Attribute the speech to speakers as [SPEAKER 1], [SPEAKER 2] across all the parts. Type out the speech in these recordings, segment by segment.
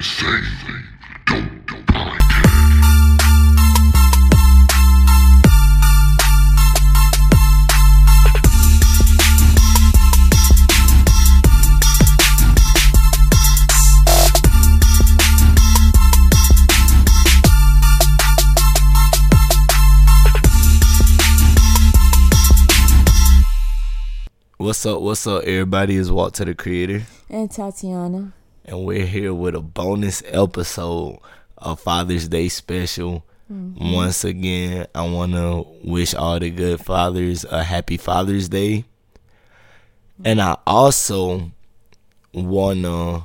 [SPEAKER 1] Safely. Don't, don't podcast.
[SPEAKER 2] What's up? What's up, everybody? It's Walter the Creator,
[SPEAKER 3] And Tatiana.
[SPEAKER 2] and we're here with a bonus episode of Father's Day special. Once again, I want to wish all the good fathers a happy Father's Day, and I also want to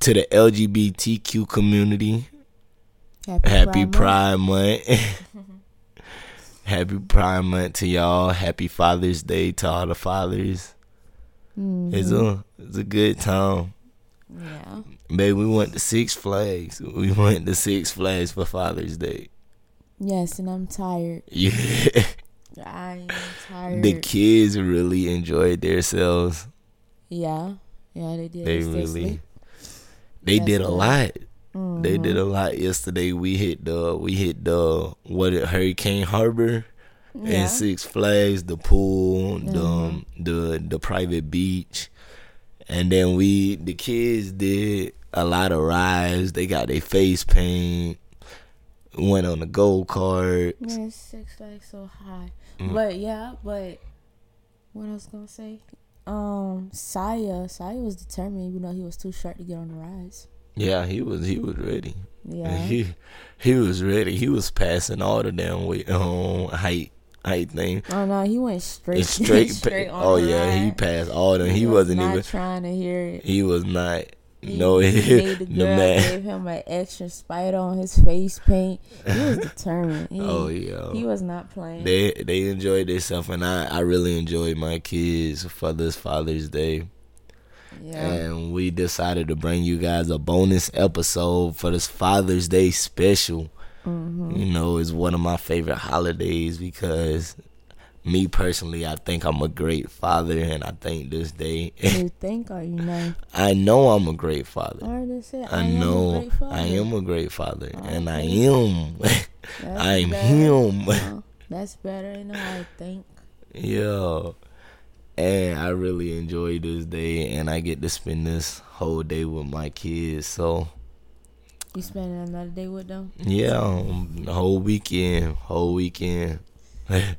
[SPEAKER 2] to the LGBTQ community.
[SPEAKER 3] Happy,
[SPEAKER 2] Happy
[SPEAKER 3] Month.
[SPEAKER 2] Pride Month. Happy Pride Month to y'all. Happy Father's Day to all the fathers. It's a it's a good time.
[SPEAKER 3] Yeah.
[SPEAKER 2] Babe, we went to Six Flags. We went to Six Flags for Father's Day.
[SPEAKER 3] Yes, and I'm tired.
[SPEAKER 2] Yeah.
[SPEAKER 3] I am tired.
[SPEAKER 2] the kids really enjoyed themselves.
[SPEAKER 3] yeah. Yeah, they did.
[SPEAKER 2] They
[SPEAKER 3] It's their
[SPEAKER 2] really
[SPEAKER 3] sleep.
[SPEAKER 2] they
[SPEAKER 3] That's
[SPEAKER 2] did a
[SPEAKER 3] good. Mm-hmm.
[SPEAKER 2] lot. They did a lot yesterday. We hit the we hit the what it, Hurricane Harbor
[SPEAKER 3] Yeah. Mm-hmm.
[SPEAKER 2] and Six Flags, the pool, the um, the the private beach, and then we the kids did a lot of rides. They got their face paint. Went on the go kart.
[SPEAKER 3] Man, Six Flags so high.
[SPEAKER 2] Mm.
[SPEAKER 3] But yeah, but what I was gonna say? Um, Saya, Saya was determined, even though he was too short to get on the rides.
[SPEAKER 2] Yeah, he was he was ready.
[SPEAKER 3] Yeah.
[SPEAKER 2] He he was ready. He was passing all the damn weight um height height thing.
[SPEAKER 3] Oh no, he went straight,
[SPEAKER 2] It's straight, pa-
[SPEAKER 3] on
[SPEAKER 2] oh
[SPEAKER 3] the
[SPEAKER 2] yeah, he
[SPEAKER 3] ride.
[SPEAKER 2] passed all them. He,
[SPEAKER 3] was
[SPEAKER 2] wasn't
[SPEAKER 3] not
[SPEAKER 2] even.
[SPEAKER 3] trying to hear it.
[SPEAKER 2] He was not. no,
[SPEAKER 3] he, he
[SPEAKER 2] he,
[SPEAKER 3] made the
[SPEAKER 2] the
[SPEAKER 3] girl
[SPEAKER 2] man.
[SPEAKER 3] gave him an extra spider on his face paint. He was determined. He,
[SPEAKER 2] Oh yeah.
[SPEAKER 3] he was not playing.
[SPEAKER 2] they they enjoyed themselves, and I I really enjoyed my kids for this Father's Day,
[SPEAKER 3] yeah,
[SPEAKER 2] and we decided to bring you guys a bonus episode for this Father's Day special.
[SPEAKER 3] Mm-hmm.
[SPEAKER 2] You know, it's one of my favorite holidays because. Me personally, I think I'm a great father, and I think this day,
[SPEAKER 3] you think or you know?
[SPEAKER 2] I know I'm a great father.
[SPEAKER 3] I already said I,
[SPEAKER 2] I
[SPEAKER 3] am a
[SPEAKER 2] know
[SPEAKER 3] great father. Oh,
[SPEAKER 2] I am a great father, and I am.
[SPEAKER 3] That's
[SPEAKER 2] I'm
[SPEAKER 3] better.
[SPEAKER 2] him.
[SPEAKER 3] Uh, That's better than I think.
[SPEAKER 2] yeah. And I really enjoy this day, and I get to spend this whole day with my kids. So,
[SPEAKER 3] You spending another day with them.
[SPEAKER 2] yeah, um, the whole weekend, whole weekend.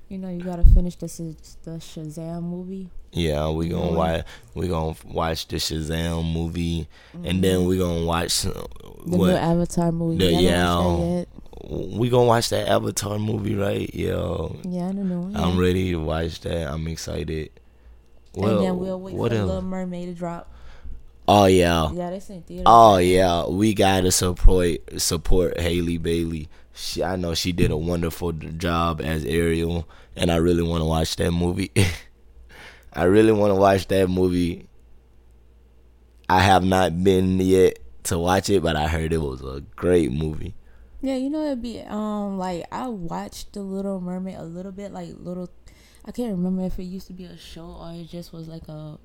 [SPEAKER 3] You know you gotta finish this is the Shazam movie.
[SPEAKER 2] yeah, we gonna
[SPEAKER 3] Mhm.
[SPEAKER 2] watch. We gonna watch the Shazam movie, and then we gonna watch uh,
[SPEAKER 3] Mm-hmm. The new
[SPEAKER 2] what
[SPEAKER 3] Avatar movie.
[SPEAKER 2] The-
[SPEAKER 3] I didn't
[SPEAKER 2] yeah,
[SPEAKER 3] watch that
[SPEAKER 2] um,
[SPEAKER 3] yet.
[SPEAKER 2] we gonna watch that Avatar movie, right? Yeah,
[SPEAKER 3] yeah, I don't know. Yeah.
[SPEAKER 2] I'm ready to watch that. I'm excited.
[SPEAKER 3] and then we'll wait for the Little Mermaid to drop.
[SPEAKER 2] Oh yeah.
[SPEAKER 3] Yeah, that's in theater.
[SPEAKER 2] Oh yeah, we gotta support support Haley Bailey. She, I know she did a wonderful d- job as Ariel, and I really want to watch that movie. I really want to watch that movie. I have not been yet to watch it, but I heard it was a great movie.
[SPEAKER 3] Yeah, you know it'd be um like I watched The Little Mermaid a little bit, like little. I can't remember if it used to be a show or it just was like a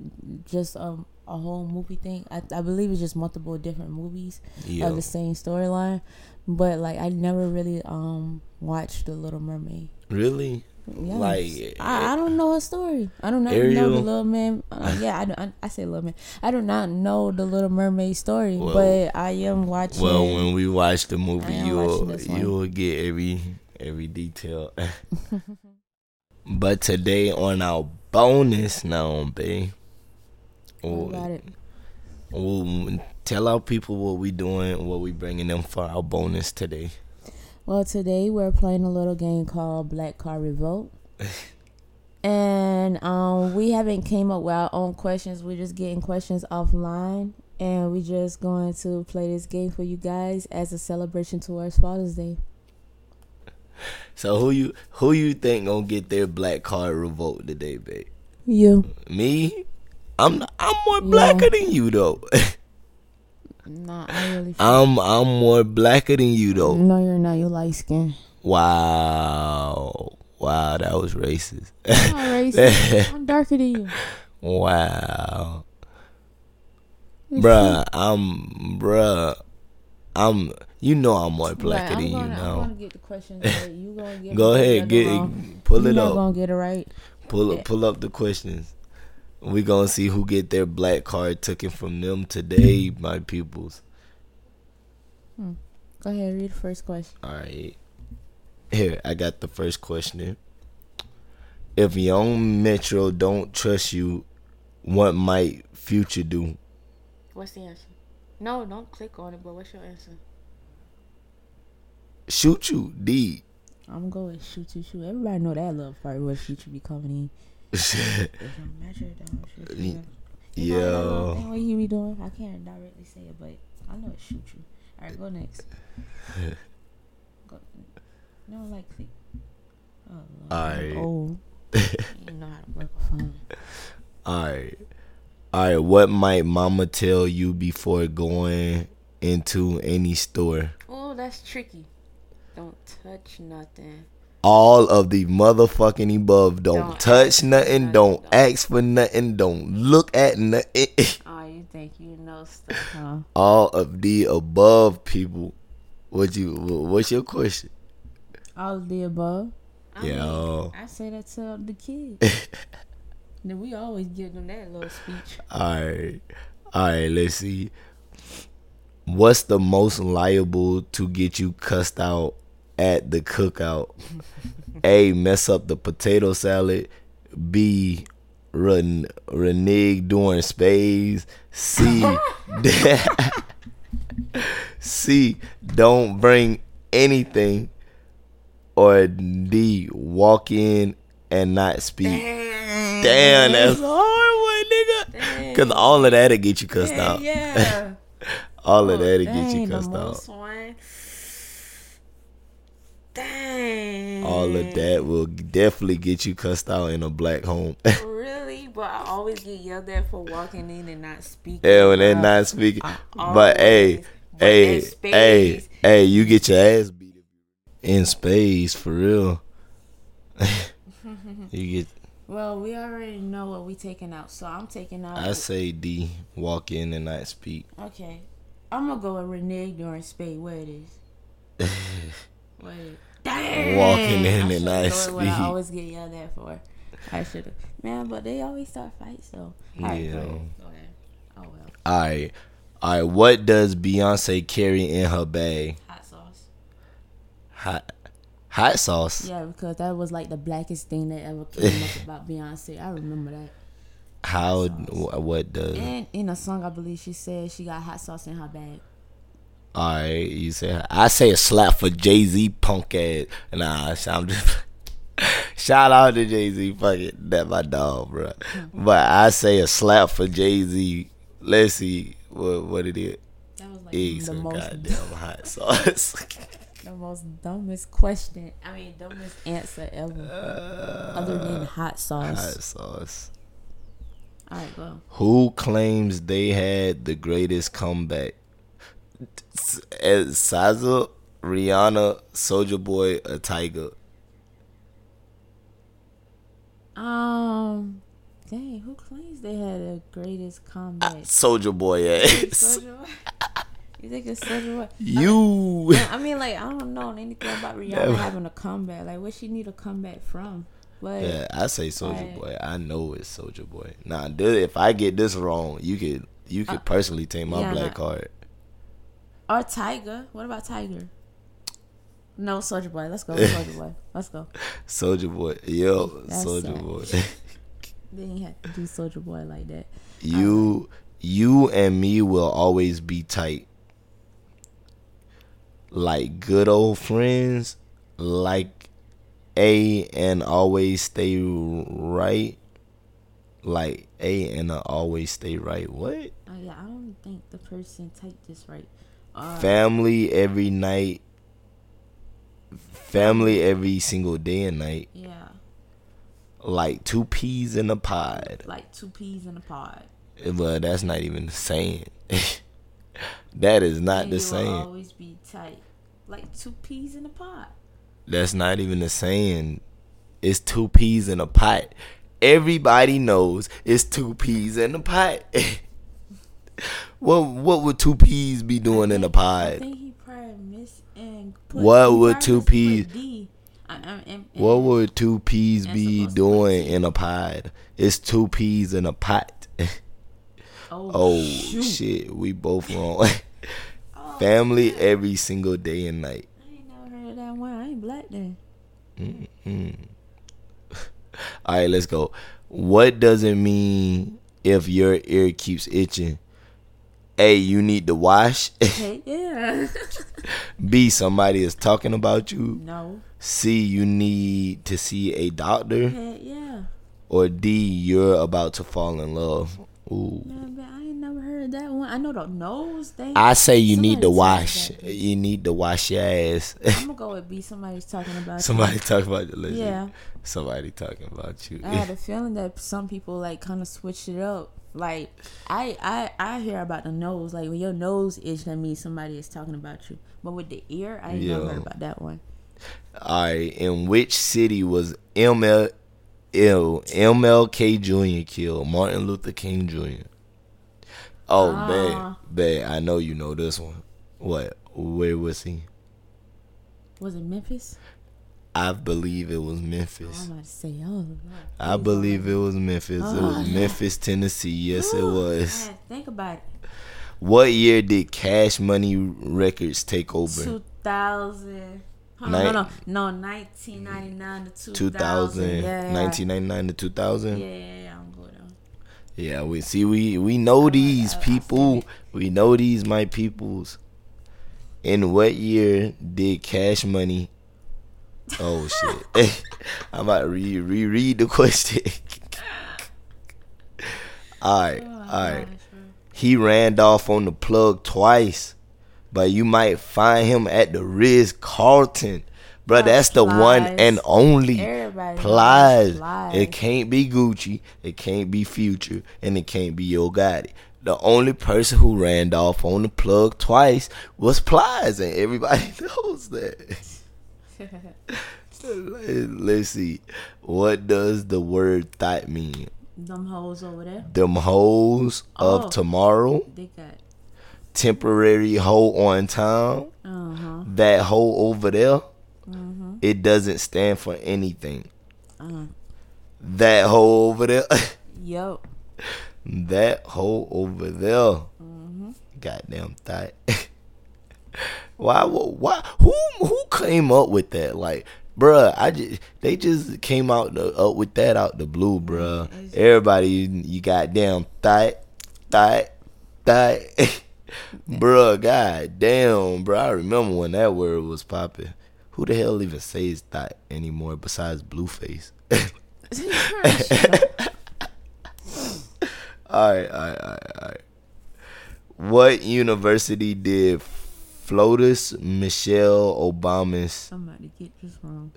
[SPEAKER 3] just um a whole movie thing. I I believe it's just multiple different movies
[SPEAKER 2] Yeah,
[SPEAKER 3] of the same storyline, but like I never really um watched The Little Mermaid.
[SPEAKER 2] really?
[SPEAKER 3] Yes.
[SPEAKER 2] Like, eh,
[SPEAKER 3] I, I don't know her story. I do not
[SPEAKER 2] Ariel-
[SPEAKER 3] know the Little Man. Uh, yeah, I, do- I I say Little Man. I do not know the Little Mermaid story,
[SPEAKER 2] Well-
[SPEAKER 3] but I am watching.
[SPEAKER 2] Well, when we watch the movie,
[SPEAKER 3] am watching
[SPEAKER 2] you'll
[SPEAKER 3] this one.
[SPEAKER 2] you'll get every every detail. but today on our bonus now, babe.
[SPEAKER 3] What about
[SPEAKER 2] We'll,
[SPEAKER 3] it?
[SPEAKER 2] we'll tell our people what we doing, what we bringing them for our bonus today.
[SPEAKER 3] Well, today we're playing a little game called Black Car Revolt. and um, we haven't came up with our own questions. We're just getting questions offline. And we're just going to play this game for you guys as a celebration towards Father's Day.
[SPEAKER 2] So who you who you think gonna get their black card revoked today, babe?
[SPEAKER 3] You.
[SPEAKER 2] Me? I'm I'm more blacker than you though.
[SPEAKER 3] Nah, I really.
[SPEAKER 2] I'm I'm more blacker than you though.
[SPEAKER 3] no, you're not. You light skin.
[SPEAKER 2] Wow. Wow, that was racist.
[SPEAKER 3] I'm not racist. I'm darker than you.
[SPEAKER 2] wow. bruh, I'm, bruh, I'm, you know I'm more blacker
[SPEAKER 4] I'm
[SPEAKER 2] than you
[SPEAKER 4] gonna, I'm
[SPEAKER 2] now.
[SPEAKER 4] gonna get the question straight. You gonna get
[SPEAKER 2] Go
[SPEAKER 4] it
[SPEAKER 2] ahead,
[SPEAKER 4] together
[SPEAKER 2] get
[SPEAKER 4] wrong.
[SPEAKER 2] pull
[SPEAKER 4] you
[SPEAKER 2] it
[SPEAKER 4] not
[SPEAKER 2] up,
[SPEAKER 4] gonna get it right.
[SPEAKER 2] pull up,
[SPEAKER 4] it.
[SPEAKER 2] pull up the questions. We gonna see who get their black card taken from them today, my peoples.
[SPEAKER 4] Go ahead, read the first question.
[SPEAKER 2] All right, here I got the first question. If young Metro don't trust you, what might Future do?
[SPEAKER 3] What's the answer? No, don't click on it, but what's your answer?
[SPEAKER 2] Shoot you, D.
[SPEAKER 4] I'm going with shoot shoot shoot. Everybody know that love part where she should be coming in. If I'm measured, I'm shoot shoot. shoot. You know that little
[SPEAKER 2] Yo,
[SPEAKER 4] thing What you be doing? I can't directly say it, but I know it shoot you. All right, go next. go. No, like click. Oh, Lord.
[SPEAKER 2] Alright.
[SPEAKER 4] Oh,
[SPEAKER 3] You know how to work a phone.
[SPEAKER 2] all right, all right. What might Mama tell you before going into any store?
[SPEAKER 3] Oh, that's tricky. Don't touch nothing.
[SPEAKER 2] all of the motherfucking above. Don't,
[SPEAKER 3] Don't
[SPEAKER 2] touch
[SPEAKER 3] ask
[SPEAKER 2] nothing.
[SPEAKER 3] nothing,
[SPEAKER 2] Don't
[SPEAKER 3] don't-
[SPEAKER 2] ask for nothing. Don't look at nothing.
[SPEAKER 3] Oh, you think you know stuff?
[SPEAKER 4] huh?
[SPEAKER 2] all of the above, people. What you? wh- What's your question?
[SPEAKER 4] All of the above.
[SPEAKER 3] I mean,
[SPEAKER 2] Yo.
[SPEAKER 4] I say that to the kids. then we always give them that little speech.
[SPEAKER 2] All right. All right. Let's see. What's the most liable to get you cussed out at the cookout? A. Mess up the potato salad. B. Ren- renege during spades. C. C. Don't bring anything. Or D. Walk in and not speak. Damn, that's hard one, nigga. Cause all of that'll get you cussed out.
[SPEAKER 3] yeah.
[SPEAKER 2] All
[SPEAKER 3] Oh,
[SPEAKER 2] of that'll get you
[SPEAKER 4] Dang, the
[SPEAKER 2] cussed out.
[SPEAKER 3] This one. Dang.
[SPEAKER 2] All of that will definitely get you cussed out in a black home.
[SPEAKER 3] Really? But I always get yelled at for walking in and not speaking.
[SPEAKER 2] and when they're
[SPEAKER 3] bruh.
[SPEAKER 2] not speaking,
[SPEAKER 3] always-
[SPEAKER 2] but hey,
[SPEAKER 3] but
[SPEAKER 2] hey,
[SPEAKER 3] in spades-
[SPEAKER 2] hey, hey, you get your ass beat in space for real. you get.
[SPEAKER 3] Well, we already know what we taking out, so I'm taking out.
[SPEAKER 2] I say D walk in and not speak.
[SPEAKER 3] okay, I'm gonna go with renege during spade. Where it is? Wait. Damn.
[SPEAKER 2] Walking in and
[SPEAKER 3] should've
[SPEAKER 2] not
[SPEAKER 3] known what I
[SPEAKER 2] speak.
[SPEAKER 3] always get yelled at for. I should have. Man, but they always start fights though.
[SPEAKER 2] Yeah.
[SPEAKER 3] go ahead. Go ahead. Oh well.
[SPEAKER 2] All right, all right. What does Beyonce carry in her bag?
[SPEAKER 3] Hot sauce.
[SPEAKER 2] Hot, hot sauce.
[SPEAKER 4] Yeah, because that was like the blackest thing that ever came up about Beyonce. I remember that.
[SPEAKER 2] How? wh- What does?
[SPEAKER 4] And in a song, I believe she said she got hot sauce in her bag.
[SPEAKER 2] All right, you say I say a slap for Jay Z punk ass. Nah, sh- I'm just shout out to Jay Z. Fuck it, that my dog, bro.
[SPEAKER 4] Mm-hmm.
[SPEAKER 2] But I say a slap for Jay Z. Let's see what what it is.
[SPEAKER 4] That was like
[SPEAKER 2] Eggs
[SPEAKER 4] the
[SPEAKER 2] some
[SPEAKER 4] most
[SPEAKER 2] goddamn hot sauce.
[SPEAKER 4] the most dumbest question. I mean, dumbest answer ever, other than hot
[SPEAKER 2] hot
[SPEAKER 4] sauce.
[SPEAKER 2] sauce.
[SPEAKER 4] All right, go.
[SPEAKER 2] Who claims they had the greatest comeback? S- As Saza, Rihanna, Soldier Boy, or Tiger?
[SPEAKER 4] Um, dang, who claims they had the greatest comeback?
[SPEAKER 2] Soldier Boy ass.
[SPEAKER 4] Soulja Boy? you think it's Soulja Boy?
[SPEAKER 2] You.
[SPEAKER 4] I mean, like I don't know anything about Rihanna
[SPEAKER 2] Never.
[SPEAKER 4] having a comeback. Like, where she need a comeback from? But
[SPEAKER 2] Yeah, I say Soldier
[SPEAKER 4] Right.
[SPEAKER 2] Boy. I know it's Soldier Boy. Nah, dude, if I get this wrong, you could you could personally take my
[SPEAKER 4] Uh, yeah,
[SPEAKER 2] black
[SPEAKER 4] nah.
[SPEAKER 2] card.
[SPEAKER 4] Or Tiger. What about Tiger? No, Soldier Boy. Let's go, Soldier Boy. Let's go.
[SPEAKER 2] Soldier Boy, yo,
[SPEAKER 4] That's Uh-huh.
[SPEAKER 2] Soldier
[SPEAKER 4] sad.
[SPEAKER 2] Boy.
[SPEAKER 4] Then he had to do Soldier Boy like that.
[SPEAKER 2] you you and me will always be tight. Like good old friends, like A and always stay right. Like A and I always stay right. What?
[SPEAKER 4] Oh yeah, I don't think the person typed this right. Uh,
[SPEAKER 2] family every night family every single day and night
[SPEAKER 4] yeah,
[SPEAKER 2] like two peas in a pod
[SPEAKER 4] like two peas in a pod.
[SPEAKER 2] but that's not even the same that is not
[SPEAKER 4] And
[SPEAKER 2] the
[SPEAKER 4] you will
[SPEAKER 2] same
[SPEAKER 4] always be tight, like two peas in a pod.
[SPEAKER 2] that's not even the same it's two peas in a pot everybody knows it's two peas in a pot What what would two peas be doing in a
[SPEAKER 3] I
[SPEAKER 2] pod?
[SPEAKER 3] think he probably missed and
[SPEAKER 2] What
[SPEAKER 3] he
[SPEAKER 2] would
[SPEAKER 3] probably
[SPEAKER 2] two
[SPEAKER 3] just put
[SPEAKER 2] peas-
[SPEAKER 3] D. I- I'm- I'm-
[SPEAKER 2] What
[SPEAKER 3] I'm-
[SPEAKER 2] would two peas
[SPEAKER 3] That's
[SPEAKER 2] be
[SPEAKER 3] supposed to
[SPEAKER 2] doing in a pod? It's two peas in a pot.
[SPEAKER 3] Oh,
[SPEAKER 2] Oh
[SPEAKER 3] shoot.
[SPEAKER 2] shit, we both wrong.
[SPEAKER 3] Oh,
[SPEAKER 2] Family every single day and night.
[SPEAKER 3] I ain't never heard of that one. I ain't black then.
[SPEAKER 2] All right, let's go. What does it mean if your ear keeps itching? A, you need to wash.
[SPEAKER 3] Hey, yeah.
[SPEAKER 2] B, somebody is talking about you.
[SPEAKER 3] no.
[SPEAKER 2] C, you need to see a doctor.
[SPEAKER 3] Hey, yeah.
[SPEAKER 2] Or D, you're about to fall in love. Ooh.
[SPEAKER 3] Nah, but I ain't never heard of that one. I know the nose thing.
[SPEAKER 2] I say you need to
[SPEAKER 3] Somebody
[SPEAKER 2] wash.
[SPEAKER 3] said that.
[SPEAKER 2] You need to wash your ass.
[SPEAKER 3] I'm gonna go with B. Somebody's talking about
[SPEAKER 2] somebody talking about you. Listen,
[SPEAKER 3] Yeah.
[SPEAKER 2] Somebody talking about you.
[SPEAKER 3] I had a feeling that some people like kind of switch it up. Like I, I, I hear about the nose. Like when your nose itch, that means somebody is talking about you. But with the ear, I ain't never
[SPEAKER 2] Yeah.
[SPEAKER 3] heard about that one.
[SPEAKER 2] All right. In which city was ML, L- MLK Jr. killed? Martin Luther King Jr. Oh, man.
[SPEAKER 3] Ah.
[SPEAKER 2] Man, I know you know this one. What? Where was he?
[SPEAKER 3] Was it Memphis?
[SPEAKER 2] I believe it was Memphis.
[SPEAKER 3] I'm about to say, oh, Lord.
[SPEAKER 2] I believe it was Memphis. it
[SPEAKER 3] Oh,
[SPEAKER 2] was
[SPEAKER 3] yeah.
[SPEAKER 2] Memphis, Tennessee. Yes, it
[SPEAKER 3] Ooh, I
[SPEAKER 2] was.
[SPEAKER 3] had to think about it.
[SPEAKER 2] What year did Cash Money Records take over?
[SPEAKER 3] 2000. Hold
[SPEAKER 2] Nin-
[SPEAKER 3] on, no, no, no, 1999 to 2000.
[SPEAKER 2] 2000,
[SPEAKER 3] yeah.
[SPEAKER 2] 1999 to 2000.
[SPEAKER 3] Yeah, yeah, yeah, I'm good. on.
[SPEAKER 2] Yeah, we see we we know these people. We know these my peoples. In what year did Cash Money? Oh shit! I'm about to re reread the question. all right,
[SPEAKER 3] Oh,
[SPEAKER 2] all right. He ran off on the plug twice, but you might find him at the Ritz Carlton, bro. That's the one
[SPEAKER 3] Plies.
[SPEAKER 2] and only.
[SPEAKER 3] Everybody knows
[SPEAKER 2] Plies.
[SPEAKER 3] Plies.
[SPEAKER 2] It can't be Gucci. It can't be Future. And it can't be Yo Gotti. The only person who ran off on the plug twice was Plies, and everybody knows that. Let's see. What does the word thought mean?
[SPEAKER 3] Them hoes over there,
[SPEAKER 2] Them hoes
[SPEAKER 3] Oh.
[SPEAKER 2] of tomorrow,
[SPEAKER 3] they got.
[SPEAKER 2] temporary hoe on time,
[SPEAKER 3] Uh huh.
[SPEAKER 2] that hoe over there. It doesn't stand for anything.
[SPEAKER 3] Uh.
[SPEAKER 2] That hoe over there.
[SPEAKER 3] Yo.
[SPEAKER 2] That hole over there. Goddamn thought. why? wo- Why? Who? Who came up with that? Like, bruh, I just they just came out the, up with that out the blue, bruh. Everybody, you, you goddamn thought, thought, thought. bruh, goddamn, bruh. I remember when that word was popping. Who the hell even says thought anymore besides Blueface? All right, all right, all right, all right. What university did Flotus Michelle Obama's?
[SPEAKER 3] Somebody get this wrong.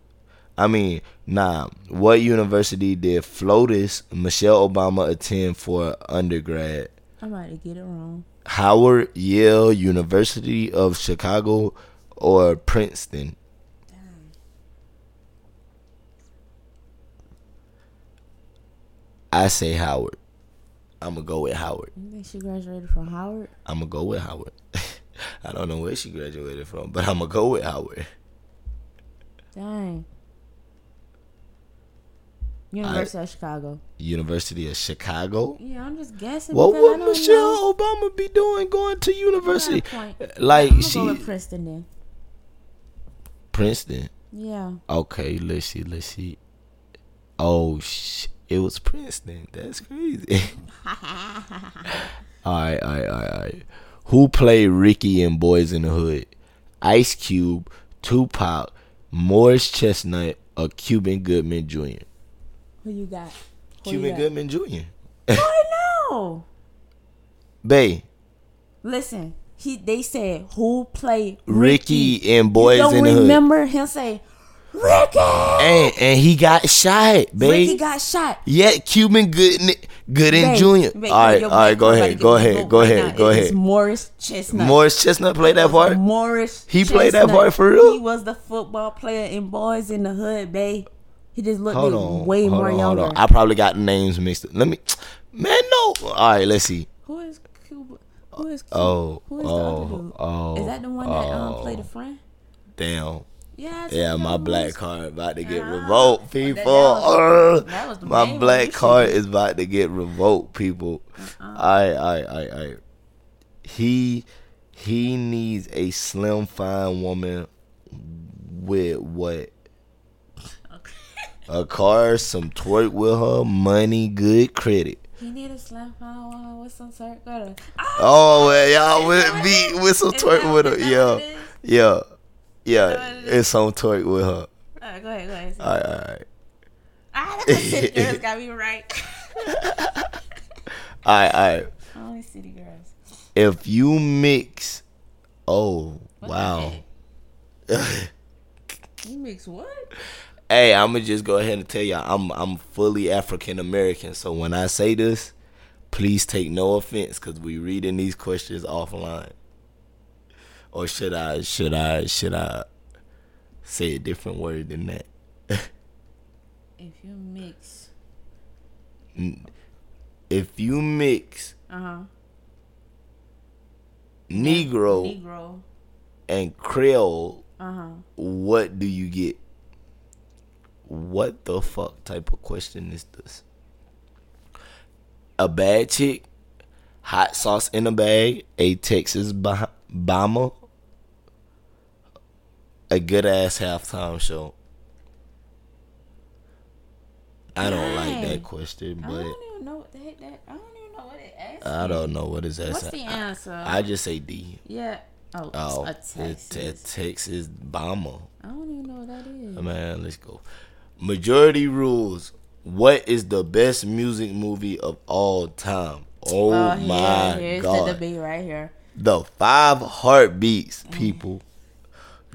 [SPEAKER 2] I mean, nah. What university did Flotus Michelle Obama attend for undergrad?
[SPEAKER 3] Somebody get it wrong.
[SPEAKER 2] Howard, Yale, University of Chicago, or Princeton? I say Howard. I'm gonna go with Howard.
[SPEAKER 3] You think she graduated from Howard?
[SPEAKER 2] I'm gonna go with Howard. I don't know where she graduated from, but I'm gonna go with Howard.
[SPEAKER 3] Dang. University of Chicago.
[SPEAKER 2] University of Chicago.
[SPEAKER 3] Yeah, I'm just guessing.
[SPEAKER 2] What
[SPEAKER 3] because I
[SPEAKER 2] would
[SPEAKER 3] don't know.
[SPEAKER 2] Michelle Obama be doing going to university?
[SPEAKER 3] Point.
[SPEAKER 2] Like
[SPEAKER 3] I'm gonna go
[SPEAKER 2] she
[SPEAKER 3] with Princeton then.
[SPEAKER 2] Princeton.
[SPEAKER 3] Yeah.
[SPEAKER 2] Okay, let's see, let's see. Oh sh it was Princeton. That's crazy. alright, alright, alright, alright. Who played Ricky and Boys in the Hood? Ice Cube, Tupac, Morris Chestnut, or Cuban Goodman Jr.
[SPEAKER 3] Who you got? Who
[SPEAKER 2] Cuban
[SPEAKER 3] you got?
[SPEAKER 2] Goodman Jr.
[SPEAKER 3] I know.
[SPEAKER 2] Bay,
[SPEAKER 3] Listen, he they said who played
[SPEAKER 2] Ricky, and Boys
[SPEAKER 3] Don't
[SPEAKER 2] in the Hood.
[SPEAKER 3] remember him say Ricky.
[SPEAKER 2] And, and he got shot,
[SPEAKER 3] Ricky
[SPEAKER 2] baby.
[SPEAKER 3] got shot.
[SPEAKER 2] yeah, Cuban Gooden, Gooden
[SPEAKER 3] Babe,
[SPEAKER 2] Jr.
[SPEAKER 3] babe,
[SPEAKER 2] all right,
[SPEAKER 3] yo,
[SPEAKER 2] all right,
[SPEAKER 3] babe,
[SPEAKER 2] go
[SPEAKER 3] nobody
[SPEAKER 2] ahead,
[SPEAKER 3] get
[SPEAKER 2] go
[SPEAKER 3] this
[SPEAKER 2] ahead,
[SPEAKER 3] vote
[SPEAKER 2] go
[SPEAKER 3] right
[SPEAKER 2] ahead,
[SPEAKER 3] now.
[SPEAKER 2] go
[SPEAKER 3] It is
[SPEAKER 2] ahead.
[SPEAKER 3] Morris Chestnut.
[SPEAKER 2] Morris Chestnut played that part.
[SPEAKER 3] Morris.
[SPEAKER 2] He played that
[SPEAKER 3] Chestnut.
[SPEAKER 2] part for real?
[SPEAKER 3] He was the football player in Boys in the Hood, babe. He just looked
[SPEAKER 2] Hold on,
[SPEAKER 3] way
[SPEAKER 2] hold
[SPEAKER 3] more
[SPEAKER 2] on, hold
[SPEAKER 3] younger.
[SPEAKER 2] on. I probably got names mixed. up. Let me, man, no. All right, let's see.
[SPEAKER 3] Who is Cuba? Who is Q?
[SPEAKER 2] Oh,
[SPEAKER 3] Who is the other
[SPEAKER 2] oh,
[SPEAKER 3] dude?
[SPEAKER 2] oh.
[SPEAKER 3] Is that the one that um
[SPEAKER 2] oh.
[SPEAKER 3] played a friend?
[SPEAKER 2] Damn.
[SPEAKER 3] Yeah. I told
[SPEAKER 2] Yeah,
[SPEAKER 3] you
[SPEAKER 2] my
[SPEAKER 3] that
[SPEAKER 2] black
[SPEAKER 3] was-
[SPEAKER 2] card about to get
[SPEAKER 3] Ah,
[SPEAKER 2] revoked,
[SPEAKER 3] that- that
[SPEAKER 2] people.
[SPEAKER 3] was-
[SPEAKER 2] Ugh.
[SPEAKER 3] that was the main
[SPEAKER 2] my
[SPEAKER 3] one you
[SPEAKER 2] black
[SPEAKER 3] should
[SPEAKER 2] card is about to get revoked, people.
[SPEAKER 3] Uh-uh.
[SPEAKER 2] I, I, I, I. He, he needs a slim, fine woman with what?
[SPEAKER 3] Okay.
[SPEAKER 2] A car, some twerk with her, money, good credit.
[SPEAKER 3] He need a slam fine woman with some circle. Ah,
[SPEAKER 2] Oh, well, y'all with
[SPEAKER 3] what
[SPEAKER 2] me with some
[SPEAKER 3] Is
[SPEAKER 2] twerk
[SPEAKER 3] that-
[SPEAKER 2] with her,
[SPEAKER 3] is that what
[SPEAKER 2] yeah,
[SPEAKER 3] it is?
[SPEAKER 2] yeah,
[SPEAKER 3] that
[SPEAKER 2] yeah.
[SPEAKER 3] what it is?
[SPEAKER 2] It's some twerk with her.
[SPEAKER 3] Alright, go ahead, go ahead.
[SPEAKER 2] All right, all right.
[SPEAKER 3] Ah, that's a city girls got me right.
[SPEAKER 2] All right, all right.
[SPEAKER 3] Only city girls.
[SPEAKER 2] If you mix, oh wow.
[SPEAKER 3] You mix what?
[SPEAKER 2] hey, I'm gonna just go ahead and tell y'all, I'm I'm fully African American. So when I say this, please take no offense, cause we reading these questions offline. Or should I should I should I say a different word than that?
[SPEAKER 3] If you mix,
[SPEAKER 2] If you mix
[SPEAKER 3] uh huh,
[SPEAKER 2] Negro
[SPEAKER 3] Negro,
[SPEAKER 2] and Creole,
[SPEAKER 3] uh huh.
[SPEAKER 2] what do you get? What the fuck type of question is this? A bad chick, hot sauce in a bag, a Texas bah- bomber, a good ass halftime show. I don't like that
[SPEAKER 3] Dang.
[SPEAKER 2] question,
[SPEAKER 3] I
[SPEAKER 2] but
[SPEAKER 3] don't even know what the heck that. I don't even know what it asks.
[SPEAKER 2] I don't know what is that.
[SPEAKER 3] What's the answer?
[SPEAKER 2] I just say D.
[SPEAKER 3] yeah. Oh,
[SPEAKER 2] Oh,
[SPEAKER 3] a
[SPEAKER 2] a
[SPEAKER 3] Texas.
[SPEAKER 2] te- Texas bomber.
[SPEAKER 3] I don't even know what that is.
[SPEAKER 2] Man, let's go. Majority rules. What is the best music movie of all time? Oh
[SPEAKER 3] Oh, here-
[SPEAKER 2] my
[SPEAKER 3] here's the
[SPEAKER 2] god.
[SPEAKER 3] debate Mm-hmm. right here.
[SPEAKER 2] the five heartbeats, people.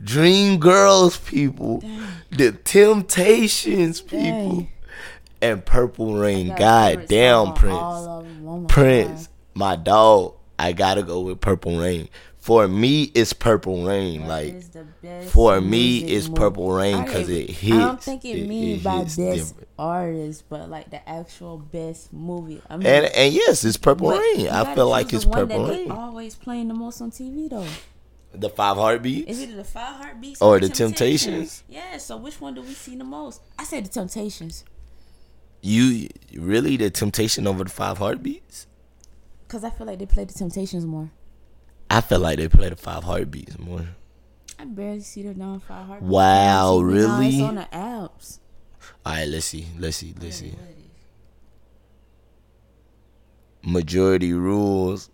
[SPEAKER 2] Dream Girls, people. The Temptations, people. And Purple Rain.
[SPEAKER 3] Got
[SPEAKER 2] God
[SPEAKER 3] favorites
[SPEAKER 2] damn,
[SPEAKER 3] on
[SPEAKER 2] Prince.
[SPEAKER 3] all of 'em. Oh my
[SPEAKER 2] Prince,
[SPEAKER 3] God.
[SPEAKER 2] my dog. I gotta go with Purple Rain. For me, it's Purple Rain. like
[SPEAKER 3] Is the best
[SPEAKER 2] for me,
[SPEAKER 3] music
[SPEAKER 2] it's
[SPEAKER 3] movie.
[SPEAKER 2] Purple Rain
[SPEAKER 3] I
[SPEAKER 2] because
[SPEAKER 3] don't-
[SPEAKER 2] it hits.
[SPEAKER 3] I don't think it, means by
[SPEAKER 2] hits
[SPEAKER 3] best
[SPEAKER 2] different.
[SPEAKER 3] artist, but like the actual best movie. I mean,
[SPEAKER 2] And and yes, it's Purple
[SPEAKER 3] but
[SPEAKER 2] Rain.
[SPEAKER 3] you
[SPEAKER 2] I
[SPEAKER 3] gotta
[SPEAKER 2] feel
[SPEAKER 3] choose
[SPEAKER 2] like
[SPEAKER 3] the
[SPEAKER 2] it's
[SPEAKER 3] one
[SPEAKER 2] Purple
[SPEAKER 3] that
[SPEAKER 2] Rain.
[SPEAKER 3] They always playing the most on TV though.
[SPEAKER 2] The Five
[SPEAKER 3] Is
[SPEAKER 2] Heartbeats.
[SPEAKER 3] it the Five Heartbeats
[SPEAKER 2] Or The Temptations.
[SPEAKER 3] Yeah. So which one do we see the most? I said the Temptations,
[SPEAKER 2] You really the Temptation over the Five Heartbeats?
[SPEAKER 3] cause I feel like they play the Temptations more.
[SPEAKER 2] I feel like they play the Five Heartbeats more.
[SPEAKER 3] I barely see the non Five Heartbeats.
[SPEAKER 2] Wow,
[SPEAKER 3] Now it's
[SPEAKER 2] really?
[SPEAKER 3] on
[SPEAKER 2] All
[SPEAKER 3] the apps.
[SPEAKER 2] right, let's see, let's see, let's see. Majority rules.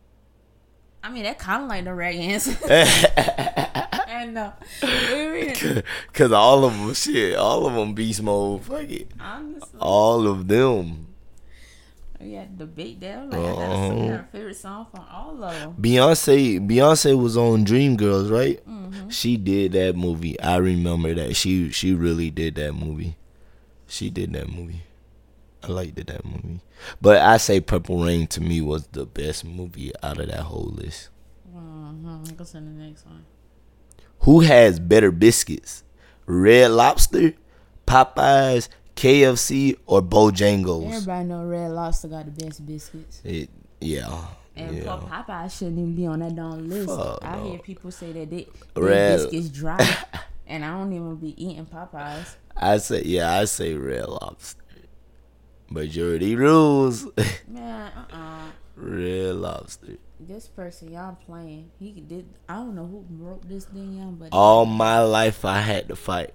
[SPEAKER 3] I mean, that kind of like the right answer. I know. Really,
[SPEAKER 2] Cause all of them, shit, all of them beast mode. Fuck it,
[SPEAKER 3] Honestly,
[SPEAKER 2] all of them.
[SPEAKER 3] we had to debate that. I'm like, I gotta sing her favorite song from all of them.
[SPEAKER 2] Beyonce Beyonce was on Dreamgirls, right? She did that movie. I remember that. She she really did that movie. She did that movie. I liked that movie. But I say Purple Rain to me was the best movie out of that whole list.
[SPEAKER 3] Mm-hmm. Go to the next one.
[SPEAKER 2] Who has better biscuits? Red Lobster, Popeyes, KFC, or Bojangles?
[SPEAKER 3] Everybody know Red Lobster got the best biscuits.
[SPEAKER 2] It, yeah.
[SPEAKER 3] And
[SPEAKER 2] yeah.
[SPEAKER 3] poor Popeye shouldn't even be on that darn list.
[SPEAKER 2] Fuck
[SPEAKER 3] I
[SPEAKER 2] no.
[SPEAKER 3] hear people say that they,
[SPEAKER 2] Red-
[SPEAKER 3] their biscuits dry, and I don't even be eating Popeyes.
[SPEAKER 2] I say yeah, I say Red Lobster. Majority rules.
[SPEAKER 3] Man, uh-uh.
[SPEAKER 2] Red Lobster.
[SPEAKER 3] This person, y'all playing. He did. I don't know who wrote this thing down, but
[SPEAKER 2] All my life I had to fight.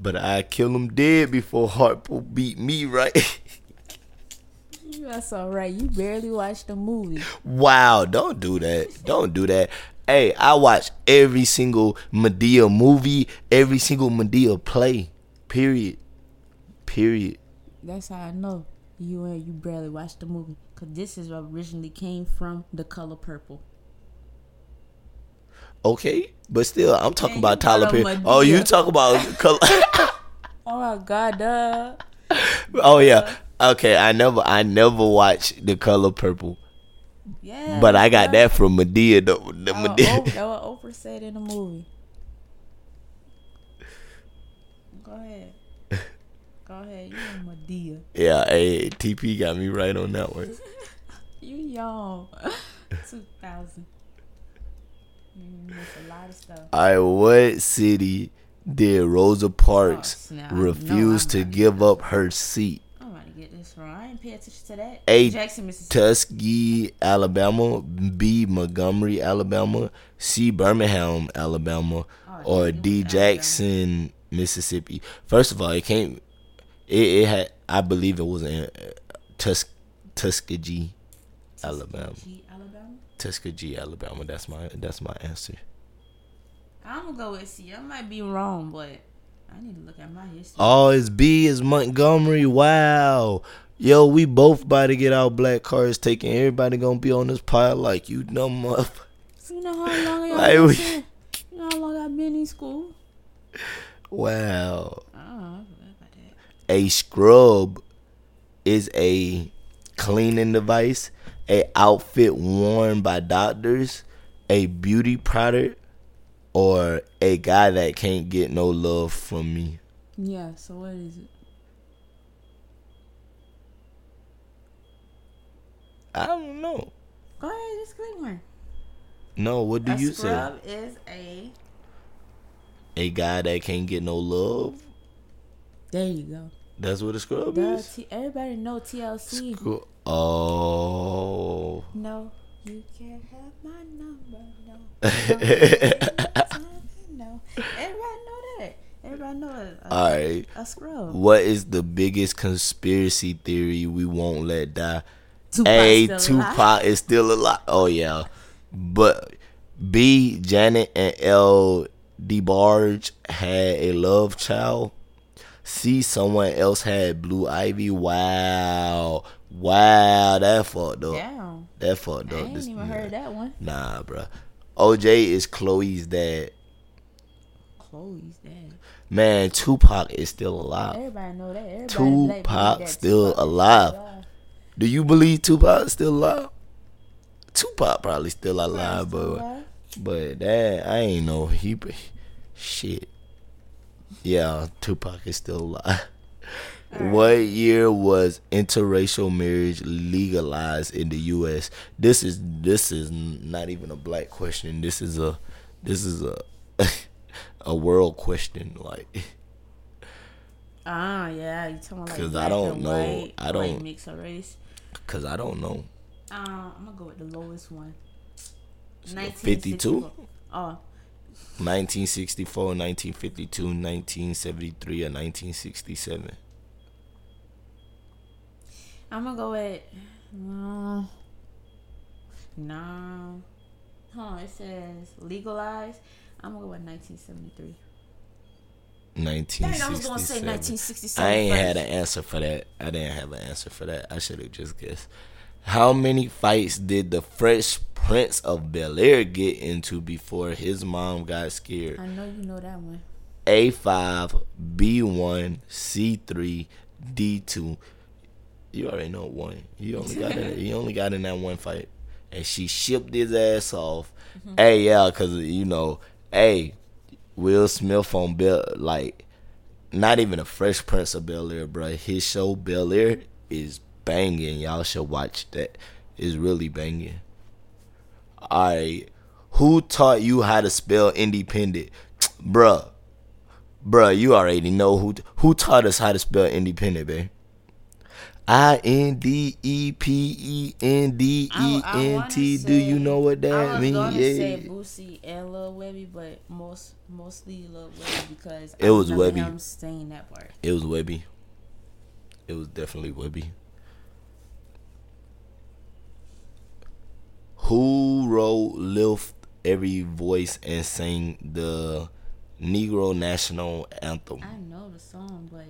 [SPEAKER 2] But I kill him dead before Harpo beat me, right?
[SPEAKER 3] that's all right. You barely watched the movie.
[SPEAKER 2] wow, don't do that. Don't do that. Hey, I watch every single Medea movie, every single Medea play. Period. Period.
[SPEAKER 3] That's how I know you and you barely watched the movie. Cause this is what originally came from the color purple.
[SPEAKER 2] Okay? But still, I'm talking about
[SPEAKER 3] Man, you brought
[SPEAKER 2] Tyler
[SPEAKER 3] up
[SPEAKER 2] Perry. Oh,
[SPEAKER 3] Madea.
[SPEAKER 2] you talk about color.
[SPEAKER 3] Oh my god, duh.
[SPEAKER 2] oh yeah. Okay, I never I never watched The Color Purple.
[SPEAKER 3] Yeah.
[SPEAKER 2] But I got that from Medea though. The
[SPEAKER 3] Uh,
[SPEAKER 2] Madea-
[SPEAKER 3] Oprah, that what Oprah said in the movie. Go ahead. Go ahead. You a Medea.
[SPEAKER 2] Yeah, hey, TP got me right on that one.
[SPEAKER 3] you young. 2000. You missed Mm, a lot of stuff.
[SPEAKER 2] I what city did Rosa Parks
[SPEAKER 3] Oh, snap.
[SPEAKER 2] refuse
[SPEAKER 3] No,
[SPEAKER 2] to
[SPEAKER 3] I'm not.
[SPEAKER 2] give up her seat?
[SPEAKER 3] I'm about to get this wrong. I didn't pay attention to that.
[SPEAKER 2] A.
[SPEAKER 3] Jackson, Mississippi.
[SPEAKER 2] Tuskegee, Alabama, B. Montgomery, Alabama, C. Birmingham, Alabama,
[SPEAKER 3] Oh,
[SPEAKER 2] or
[SPEAKER 3] yeah, you
[SPEAKER 2] D.
[SPEAKER 3] went to Alabama.
[SPEAKER 2] Jackson, Mississippi. First of all, it came. It, it had. I believe it was in uh, Tus, Tuskegee, Alabama.
[SPEAKER 3] G, Alabama.
[SPEAKER 2] Tuskegee, Alabama. That's my. That's my answer.
[SPEAKER 3] I'm gonna go with C. I might be wrong, but I need to look at my history.
[SPEAKER 2] Oh, it's B is Montgomery. Wow. Yo, we both about to get our black cars taken. Everybody gonna be on this pod like you dumb motherfucker.
[SPEAKER 3] You know how long I
[SPEAKER 2] Like
[SPEAKER 3] been
[SPEAKER 2] we,
[SPEAKER 3] here? You know how long I've been in school?
[SPEAKER 2] wow.
[SPEAKER 3] Oh, I forgot about that.
[SPEAKER 2] A scrub is a cleaning device, a outfit worn by doctors, a beauty product, or a guy that can't get no love from me.
[SPEAKER 3] Yeah. So what is it?
[SPEAKER 2] I don't know.
[SPEAKER 3] Go ahead, just click one.
[SPEAKER 2] No, what do
[SPEAKER 3] a
[SPEAKER 2] you say?
[SPEAKER 3] scrub is a.
[SPEAKER 2] A guy that can't get no love?
[SPEAKER 3] There you go.
[SPEAKER 2] That's what a scrub
[SPEAKER 3] Duh,
[SPEAKER 2] is?
[SPEAKER 3] T- everybody know TLC.
[SPEAKER 2] Scru- oh.
[SPEAKER 3] No, you can't have my number. No. No. Everybody know that. Everybody know it. A,
[SPEAKER 2] All right.
[SPEAKER 3] a scrub.
[SPEAKER 2] What is the biggest conspiracy theory we won't let die?
[SPEAKER 3] Tupac
[SPEAKER 2] A.
[SPEAKER 3] still
[SPEAKER 2] Tupac
[SPEAKER 3] alive.
[SPEAKER 2] is still alive. Oh yeah, but B. Janet and L. DeBarge had a love child. C. Someone else had Blue Ivy. Wow, wow, that fucked up.
[SPEAKER 3] Damn.
[SPEAKER 2] That fucked
[SPEAKER 3] I
[SPEAKER 2] up.
[SPEAKER 3] ain't
[SPEAKER 2] This-
[SPEAKER 3] even
[SPEAKER 2] nah.
[SPEAKER 3] heard that one.
[SPEAKER 2] Nah, bruh. OJ is Chloe's dad.
[SPEAKER 3] Chloe's dad.
[SPEAKER 2] Man, Tupac is still alive.
[SPEAKER 3] Everybody know that. Everybody black
[SPEAKER 2] Tupac
[SPEAKER 3] believe that
[SPEAKER 2] still
[SPEAKER 3] Tupac is
[SPEAKER 2] alive. Ah,
[SPEAKER 3] alive.
[SPEAKER 2] Do you believe Tupac still alive? Tupac probably still alive,
[SPEAKER 3] Still
[SPEAKER 2] but
[SPEAKER 3] alive.
[SPEAKER 2] but that I ain't know he shit. Yeah, Tupac is still alive. What year was interracial marriage legalized in the U.S.? This is this is not even a black question. This is a this is a a world question. Like
[SPEAKER 3] Ah, yeah. You talking about like
[SPEAKER 2] 'Cause I
[SPEAKER 3] black
[SPEAKER 2] don't
[SPEAKER 3] and
[SPEAKER 2] know-
[SPEAKER 3] White,
[SPEAKER 2] I
[SPEAKER 3] like,
[SPEAKER 2] don't-
[SPEAKER 3] mix a race.
[SPEAKER 2] Cause I don't know.
[SPEAKER 3] Um, I'm gonna go with the lowest one.
[SPEAKER 2] 52?
[SPEAKER 3] 1964. Oh,
[SPEAKER 2] 1964, 1952, 1973, or 1967.
[SPEAKER 3] I'm gonna go with uh, no, no. Huh? It says legalized. I'm gonna go with 1973. Dang, I was gonna say
[SPEAKER 2] 1967.
[SPEAKER 3] 1967.
[SPEAKER 2] I ain't
[SPEAKER 3] first.
[SPEAKER 2] had an answer for that. I didn't have an answer for that. I should have just guessed. How many fights did the Fresh Prince of Bel Air get into before his mom got scared?
[SPEAKER 3] I know you know that one.
[SPEAKER 2] A5, B1, C3, D2. You already know one. You only got in, you only got in that one fight, and she shipped his ass off. Hey, yeah, cause you know, hey, Will Smith on Bel like, not even a Fresh Prince of Bel Air, bro. His show Bel Air is banging. Y'all should watch that. It's really banging. All right, who taught you how to spell independent, bruh? Bruh, you already know who who taught us how to spell independent, babe. I N D E P E N D
[SPEAKER 3] Oh,
[SPEAKER 2] E N T. Do you know what
[SPEAKER 3] I
[SPEAKER 2] that
[SPEAKER 3] was
[SPEAKER 2] means?
[SPEAKER 3] gonna say
[SPEAKER 2] Yeah.
[SPEAKER 3] Boosie and Lil Webby, but most mostly Lil Webby because
[SPEAKER 2] It was
[SPEAKER 3] remember
[SPEAKER 2] Webby.
[SPEAKER 3] him saying that part.
[SPEAKER 2] It was Webby. It was definitely Webby. Who wrote Lift Every Voice and sang the Negro National Anthem?
[SPEAKER 3] I know the song, but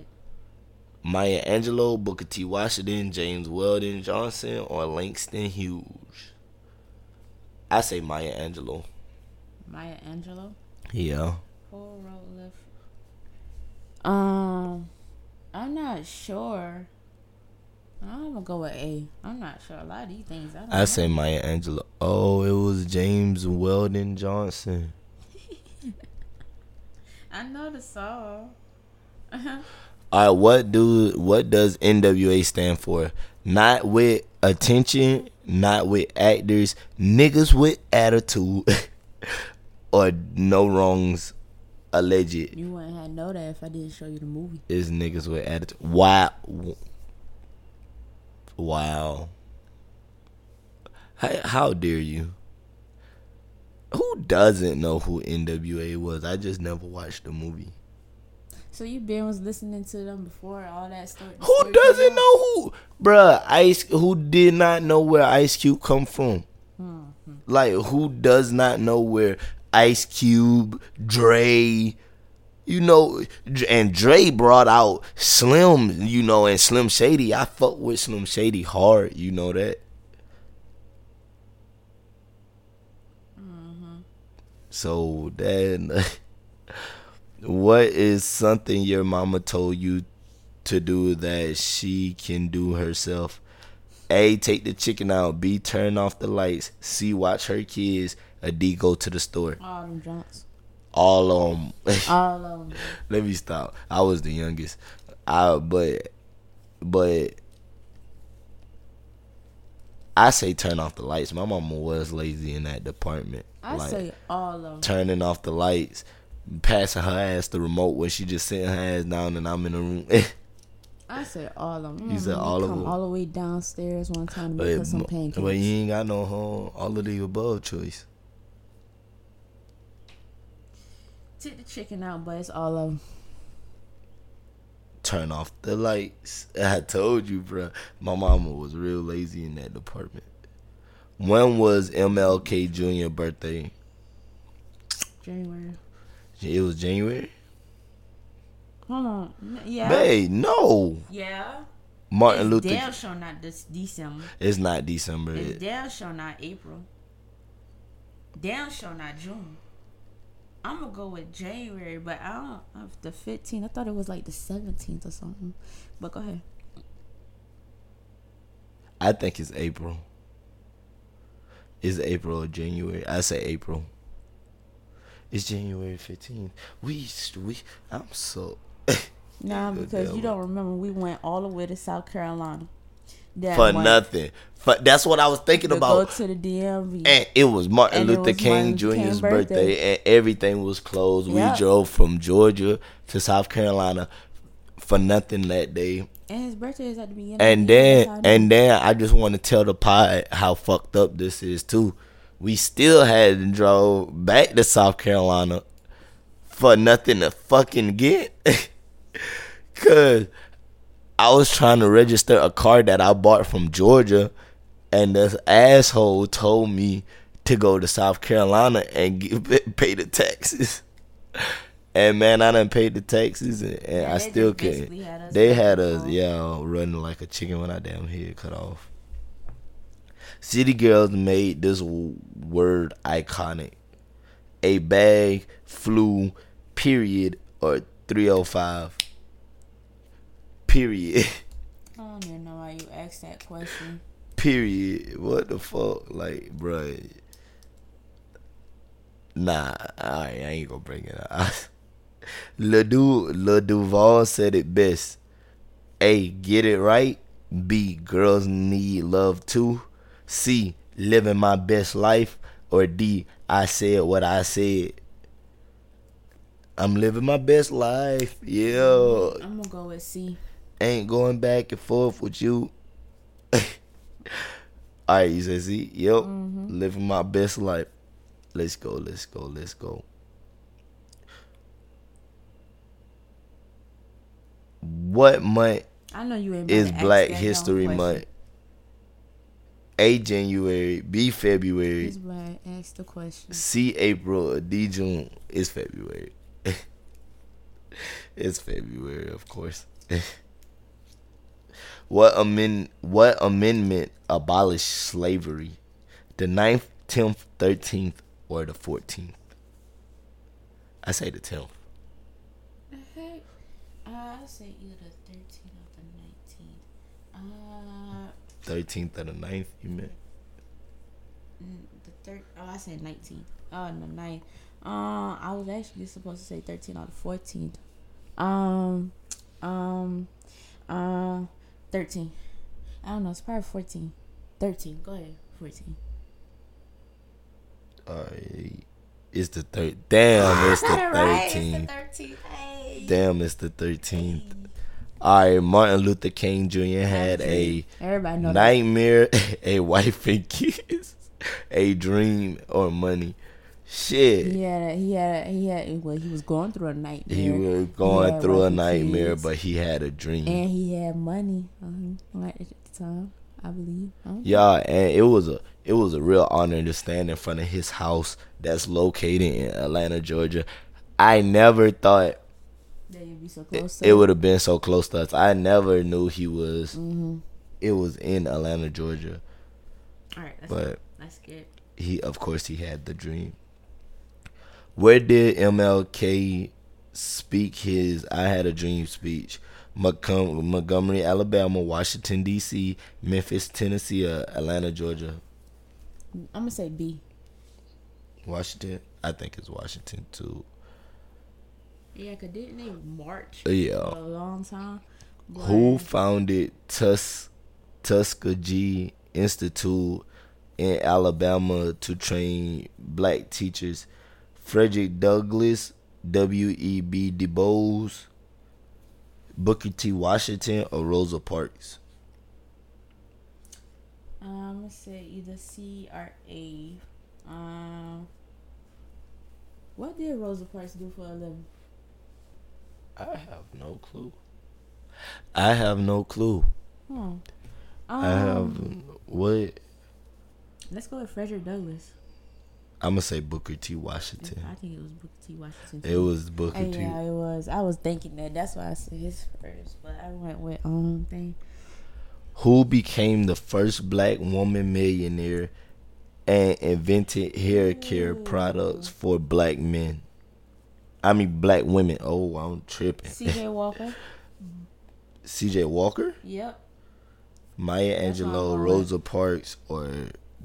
[SPEAKER 2] Maya Angelou, Booker T. Washington, James Weldon Johnson, or Langston Hughes? I say Maya Angelou.
[SPEAKER 3] Maya Angelou.
[SPEAKER 2] Yeah.
[SPEAKER 3] Who wrote Lift? Um, I'm not sure. I'm gonna go with A. I'm not sure. A lot of these things I don't
[SPEAKER 2] I
[SPEAKER 3] know.
[SPEAKER 2] say Maya Angelou. Oh, it was James Weldon Johnson.
[SPEAKER 3] I know the song.
[SPEAKER 2] All right, what do what does NWA stand for? Not with attention, not with actors, niggas with attitude, or no wrongs alleged.
[SPEAKER 3] You wouldn't have know that if I didn't show you the movie.
[SPEAKER 2] Is niggas with attitude? Wow, wow. How, how dare you? Who doesn't know who NWA was? I just never watched the movie.
[SPEAKER 3] So you been was listening to them before all that stuff.
[SPEAKER 2] Who doesn't know who, bruh? Ice who did not know where Ice Cube come from? Like who does not know where Ice Cube, Dre, you know, and Dre brought out Slim, you know, and Slim Shady. I fuck with Slim Shady hard, you know that. So then, what is something your mama told you to do that she can do herself? A. Take the chicken out. B. Turn off the lights. C. Watch her kids. A D. Go to the store.
[SPEAKER 3] All them drunks.
[SPEAKER 2] All on.
[SPEAKER 3] All of them.
[SPEAKER 2] let me stop. I was the youngest. I but but I say turn off the lights. My mama was lazy in that department.
[SPEAKER 3] I
[SPEAKER 2] Like,
[SPEAKER 3] say all of them.
[SPEAKER 2] turning off the lights, passing her ass the remote when she just sitting her ass down and I'm in the room.
[SPEAKER 3] I say all of them.
[SPEAKER 2] You said all of
[SPEAKER 3] come
[SPEAKER 2] them.
[SPEAKER 3] All the way downstairs one time to make
[SPEAKER 2] but,
[SPEAKER 3] us some
[SPEAKER 2] mo-
[SPEAKER 3] pancakes.
[SPEAKER 2] but you ain't got no home. All of the above choice.
[SPEAKER 3] Take the chicken out, but it's all of them.
[SPEAKER 2] Turn off the lights. I told you, bruh. My mama was real lazy in that department. When was MLK Jr. birthday?
[SPEAKER 3] January.
[SPEAKER 2] It was January.
[SPEAKER 3] Hold on. N- Yeah.
[SPEAKER 2] Hey, no,
[SPEAKER 3] Yeah.
[SPEAKER 2] Martin
[SPEAKER 3] It's
[SPEAKER 2] Luther.
[SPEAKER 3] damn sure not this December.
[SPEAKER 2] It's not December.
[SPEAKER 3] It's
[SPEAKER 2] It-
[SPEAKER 3] damn sure not April. Damn sure not June. I'm gonna go with January, but I don't. Of the 15th, I thought it was like the 17th or something. But go ahead.
[SPEAKER 2] I think it's April. It's April or January. I say April. It's January fifteenth. We s- we. I'm so.
[SPEAKER 3] Nah,
[SPEAKER 2] Good
[SPEAKER 3] because you
[SPEAKER 2] devil.
[SPEAKER 3] don't remember we went all the way to South Carolina. That
[SPEAKER 2] For
[SPEAKER 3] one,
[SPEAKER 2] nothing. For, that's what I was thinking
[SPEAKER 3] to
[SPEAKER 2] about.
[SPEAKER 3] go to the DMV.
[SPEAKER 2] and it was Martin
[SPEAKER 3] And it
[SPEAKER 2] Luther
[SPEAKER 3] was
[SPEAKER 2] King
[SPEAKER 3] Martin
[SPEAKER 2] Jr.'s
[SPEAKER 3] Luther King's
[SPEAKER 2] birthday.
[SPEAKER 3] birthday.
[SPEAKER 2] and everything was closed.
[SPEAKER 3] Yep.
[SPEAKER 2] We drove from Georgia to South Carolina for nothing that day.
[SPEAKER 3] And his birthday is at the beginning.
[SPEAKER 2] And
[SPEAKER 3] of the year,
[SPEAKER 2] then
[SPEAKER 3] that's how I
[SPEAKER 2] and then I just want to tell the pod how fucked up this is too. We still hadn't drove back to South Carolina for nothing to fucking get. Cause I was trying to register a car that I bought from Georgia and this asshole told me to go to South Carolina and get, pay the taxes. And man, I done paid the taxes and, and
[SPEAKER 3] Yeah,
[SPEAKER 2] I
[SPEAKER 3] they just
[SPEAKER 2] still
[SPEAKER 3] basically had
[SPEAKER 2] couldn't.
[SPEAKER 3] us
[SPEAKER 2] They
[SPEAKER 3] fucked
[SPEAKER 2] had
[SPEAKER 3] up.
[SPEAKER 2] us, yeah, running like a chicken when I damn head cut off. City girls made this w- word iconic. A bag, flu, period, or 305. Period.
[SPEAKER 3] don't even know why you asked that question.
[SPEAKER 2] period. What the fuck? Like, bruh. Nah, all right, I ain't gonna bring it up. Le, du- Le Duval said it best. A, get it right. B, girls need love too. C, living my best life. Or D, I said what I said. I'm living my best life. Yeah.
[SPEAKER 3] I'm gonna go with C.
[SPEAKER 2] Ain't going back and forth with you. All right, you say, see, yep,
[SPEAKER 3] Mm-hmm.
[SPEAKER 2] living my best life. Let's go, let's go, let's go. What month
[SPEAKER 3] I know you ain't.
[SPEAKER 2] is
[SPEAKER 3] about to ask
[SPEAKER 2] Black
[SPEAKER 3] that
[SPEAKER 2] History
[SPEAKER 3] dumb question.
[SPEAKER 2] Month? A January, B February,
[SPEAKER 3] That's why I asked the question.
[SPEAKER 2] C April, or D June. It's February. it's February, of course. what amend what amendment abolished slavery? The 9th, tenth, thirteenth, or the fourteenth? I say the tenth.
[SPEAKER 3] Heck, uh, I say either the 13th or the 19th. Uh,
[SPEAKER 2] Thirteenth or the 9th, you meant?
[SPEAKER 3] mm, the third. Oh, I said 19th. Oh, no, 9th. Uh, I was actually supposed to say 13th or the 14th. Um, Um, uh, thirteen. I don't know. It's probably fourteen. Thirteen. Go ahead. Fourteen.
[SPEAKER 2] Uh, it's the third. Damn, it's the
[SPEAKER 5] Right, it's the
[SPEAKER 2] thirteenth.
[SPEAKER 5] 13th. Hey.
[SPEAKER 2] Damn, it's the thirteenth. All right, Martin Luther King Jr. had a
[SPEAKER 3] Everybody know that.
[SPEAKER 2] nightmare, a wife and kids, a dream or money. Shit.
[SPEAKER 3] He had. A, he had. A, he had. Well, he was going through a nightmare.
[SPEAKER 2] He was going
[SPEAKER 3] had
[SPEAKER 2] through a
[SPEAKER 3] wife and
[SPEAKER 2] nightmare,
[SPEAKER 3] kids.
[SPEAKER 2] but he had a dream.
[SPEAKER 3] and he had money um, right at the time, I believe. I don't-
[SPEAKER 2] Yeah, and it was a it was a real honor to stand in front of his house that's located in Atlanta, Georgia. I never thought
[SPEAKER 3] That you'd be so
[SPEAKER 2] it,
[SPEAKER 3] close. to
[SPEAKER 2] it would have been so close to us. I never knew he was.
[SPEAKER 3] Mm-hmm.
[SPEAKER 2] It was in Atlanta, Georgia,
[SPEAKER 5] All right, that's,
[SPEAKER 2] but
[SPEAKER 5] that's good.
[SPEAKER 2] he of course he had the dream. Where did MLK speak his "I Had a Dream" speech? Montgom- Montgomery, Alabama, Washington D.C., Memphis, Tennessee, or Atlanta, Georgia.
[SPEAKER 3] I'm gonna say B.
[SPEAKER 2] Washington. I think it's Washington too.
[SPEAKER 5] Yeah, cause didn't they march
[SPEAKER 2] Yeah.
[SPEAKER 5] for a long time? But
[SPEAKER 2] Who founded Tus- Tuskegee Institute in Alabama to train black teachers? Frederick Douglass, W.E.B. Du Bois, Booker T. Washington, or Rosa Parks?
[SPEAKER 5] I'm gonna say either C or A. Um,
[SPEAKER 3] What did Rosa Parks do for a living?
[SPEAKER 2] I have no clue. I have no clue.
[SPEAKER 3] Hmm. Um,
[SPEAKER 2] I have what?
[SPEAKER 3] Let's go with Frederick Douglass.
[SPEAKER 2] I'm gonna say Booker T. Washington.
[SPEAKER 5] I think it was Booker T. Washington.
[SPEAKER 2] It was Booker
[SPEAKER 3] Hey,
[SPEAKER 2] T.
[SPEAKER 3] Oh, yeah, it was. I was thinking that. That's why I said his first, but I went with um thing.
[SPEAKER 2] who became the first black woman millionaire and invented hair care products for black men. I mean black women. Oh, I'm tripping.
[SPEAKER 3] T.J. Walker.
[SPEAKER 2] CJ Walker,
[SPEAKER 5] Yep.
[SPEAKER 2] Maya
[SPEAKER 5] That's my
[SPEAKER 2] Angelou,
[SPEAKER 5] boy.
[SPEAKER 2] Rosa Parks, or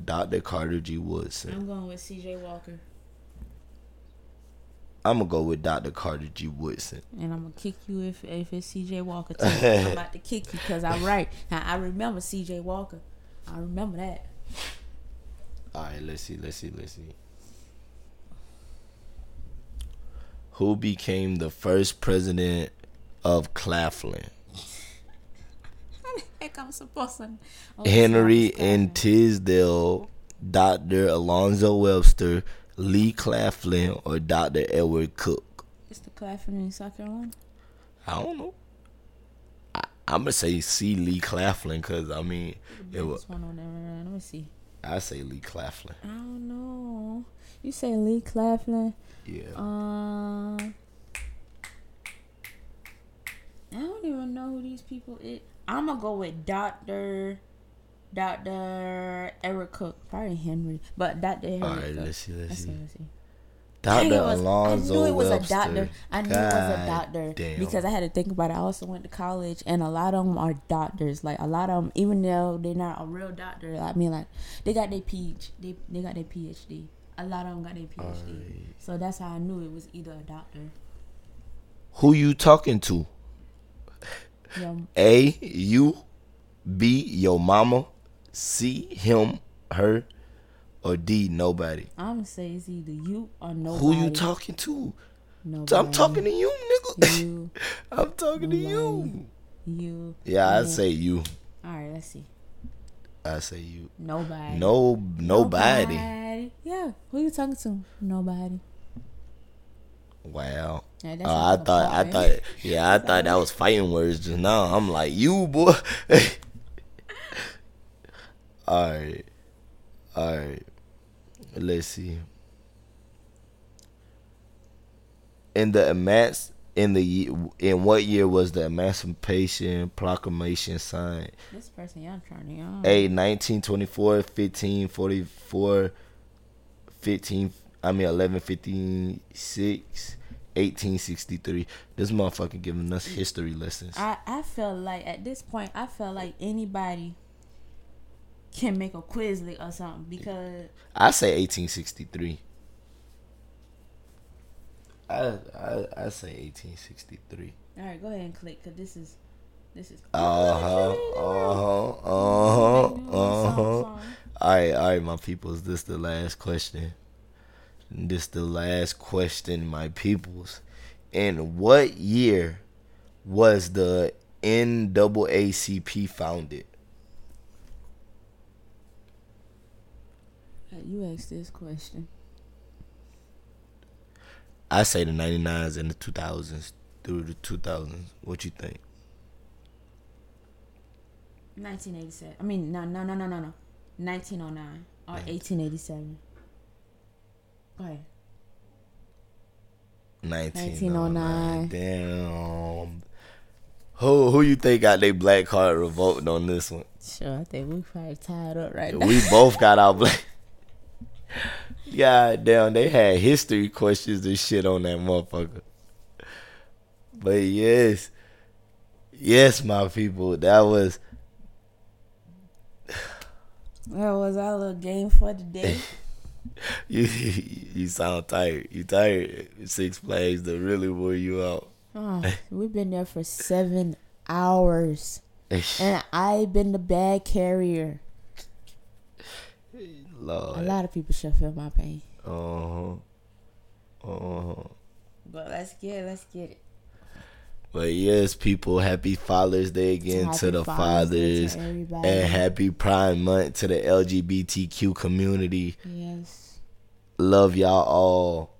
[SPEAKER 2] Dr. Carter G. Woodson.
[SPEAKER 5] I'm going with C.J. Walker.
[SPEAKER 2] I'm gonna go with Dr. Carter G. Woodson.
[SPEAKER 3] And I'm gonna kick you if if it's C.J. Walker. Too. I'm about to kick you because I'm right. Now, I remember C.J. Walker. I remember that.
[SPEAKER 2] All right, let's see, let's see, let's see. Who became the first president of Claflin?
[SPEAKER 5] How the heck I'm supposed to? Oh,
[SPEAKER 2] Henry
[SPEAKER 5] sorry,
[SPEAKER 2] and Tisdale, Dr. Alonzo Webster, Lee Claflin, or Dr. Edward Cook?
[SPEAKER 3] It's the Claflin in South Carolina.
[SPEAKER 2] I don't know. I, I'm gonna say C. Lee Claflin because I mean, it was,
[SPEAKER 3] This one on there. Let me see.
[SPEAKER 2] I say Lee Claflin.
[SPEAKER 3] I don't know. You say Lee Claflin. Uh,
[SPEAKER 2] Yeah,
[SPEAKER 3] Oh, Um, I don't even know who these people is.
[SPEAKER 5] I'm gonna go with Doctor, Doctor Eric Cook.
[SPEAKER 3] Probably Henry, but Dr. Henry.
[SPEAKER 2] All right, let's see, let's
[SPEAKER 3] Let's see,
[SPEAKER 2] see.
[SPEAKER 3] let's see.
[SPEAKER 2] Dr.
[SPEAKER 3] Dang, it was-
[SPEAKER 2] Alonzo
[SPEAKER 3] I knew it was
[SPEAKER 2] Webster.
[SPEAKER 3] a doctor. I knew it was
[SPEAKER 2] God
[SPEAKER 3] a doctor
[SPEAKER 2] damn.
[SPEAKER 3] because I had to think about it. I also went to college, and a lot of them are doctors. Like a lot of them, even though they're not a real doctor, I mean, like they got their PhD. They, they got their PhD. A lot of them got their PhD.
[SPEAKER 2] Alright.
[SPEAKER 3] So that's how I knew it was either a doctor.
[SPEAKER 2] Who you talking to?
[SPEAKER 3] Yeah,
[SPEAKER 2] A you, B your mama, C him her, or D nobody.
[SPEAKER 3] I'm gonna say it's either you or nobody.
[SPEAKER 2] Who you talking to?
[SPEAKER 3] Nobody.
[SPEAKER 2] I'm talking to you, nigga.
[SPEAKER 3] You,
[SPEAKER 2] I'm talking to you.
[SPEAKER 3] you.
[SPEAKER 2] Yeah, I say you.
[SPEAKER 3] All right, let's see.
[SPEAKER 2] I say you.
[SPEAKER 3] Nobody.
[SPEAKER 2] No, nobody.
[SPEAKER 3] Yeah. Who you talking to? Nobody.
[SPEAKER 2] Wow.
[SPEAKER 3] Yeah, that's
[SPEAKER 2] Oh,
[SPEAKER 3] not
[SPEAKER 2] I
[SPEAKER 3] so
[SPEAKER 2] thought, I
[SPEAKER 3] far,
[SPEAKER 2] thought, yeah, I thought that was fighting words just now. I'm like, you, boy. all right. All right. Let's see. In the emanc in the ye- in what year was the Emancipation Proclamation signed?
[SPEAKER 3] This person, y'all trying to. Y'all.
[SPEAKER 2] A 1924, 15, 44, 15, I mean 11, 15, 6, 1863. This motherfucker giving us history lessons.
[SPEAKER 3] I, I feel like at this point, I feel like anybody can make a Quizlet or something because
[SPEAKER 2] I say 1863. I I I I say 1863.
[SPEAKER 3] All right, go ahead and click because this is this is.
[SPEAKER 2] Uh huh. Uh huh. Uh huh. Uh huh. All right, all right, my peoples. This the last question. This the last question, my peoples. In what year was the NAACP founded?
[SPEAKER 4] Hey, You asked this question.
[SPEAKER 2] I say the 99s and the 2000s through the 2000s. What you think?
[SPEAKER 3] 1987. I mean, no, no, no, no, no, no. 1909 or 1887. Go ahead.
[SPEAKER 2] 1909. Damn. Who who you think got their black card revolting on this one?
[SPEAKER 4] Sure, I think we probably tied up right now.
[SPEAKER 2] We both got our black. God damn, they had history questions and shit on that motherfucker. But yes, yes, my people, that was
[SPEAKER 3] That was our little game for the day.
[SPEAKER 2] you. You sound tired. You tired. Six Flags that really wore you out. Eh?
[SPEAKER 4] Oh, we've been there for seven hours, and I've been the bag carrier. A
[SPEAKER 2] Lord.
[SPEAKER 4] lot of people should feel my pain.
[SPEAKER 2] Uh huh. Uh huh.
[SPEAKER 3] but let's get let's get it.
[SPEAKER 2] But yes, people, happy Father's Day again to
[SPEAKER 4] Happy
[SPEAKER 2] the
[SPEAKER 4] Father's Day to
[SPEAKER 2] fathers,
[SPEAKER 4] everybody.
[SPEAKER 2] and happy Pride Month to the LGBTQ community.
[SPEAKER 4] Yes.
[SPEAKER 2] Love y'all all.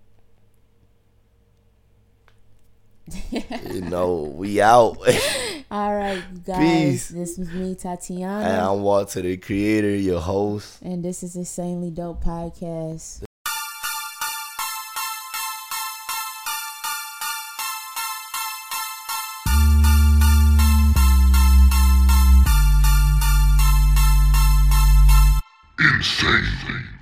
[SPEAKER 2] you know, we out.
[SPEAKER 4] All right, you guys.
[SPEAKER 2] Peace.
[SPEAKER 4] This was me,
[SPEAKER 2] and
[SPEAKER 4] Tatiana,
[SPEAKER 2] I'm Walter, the creator, your host.
[SPEAKER 4] and this is Insanely Dope Podcast.
[SPEAKER 1] Insanely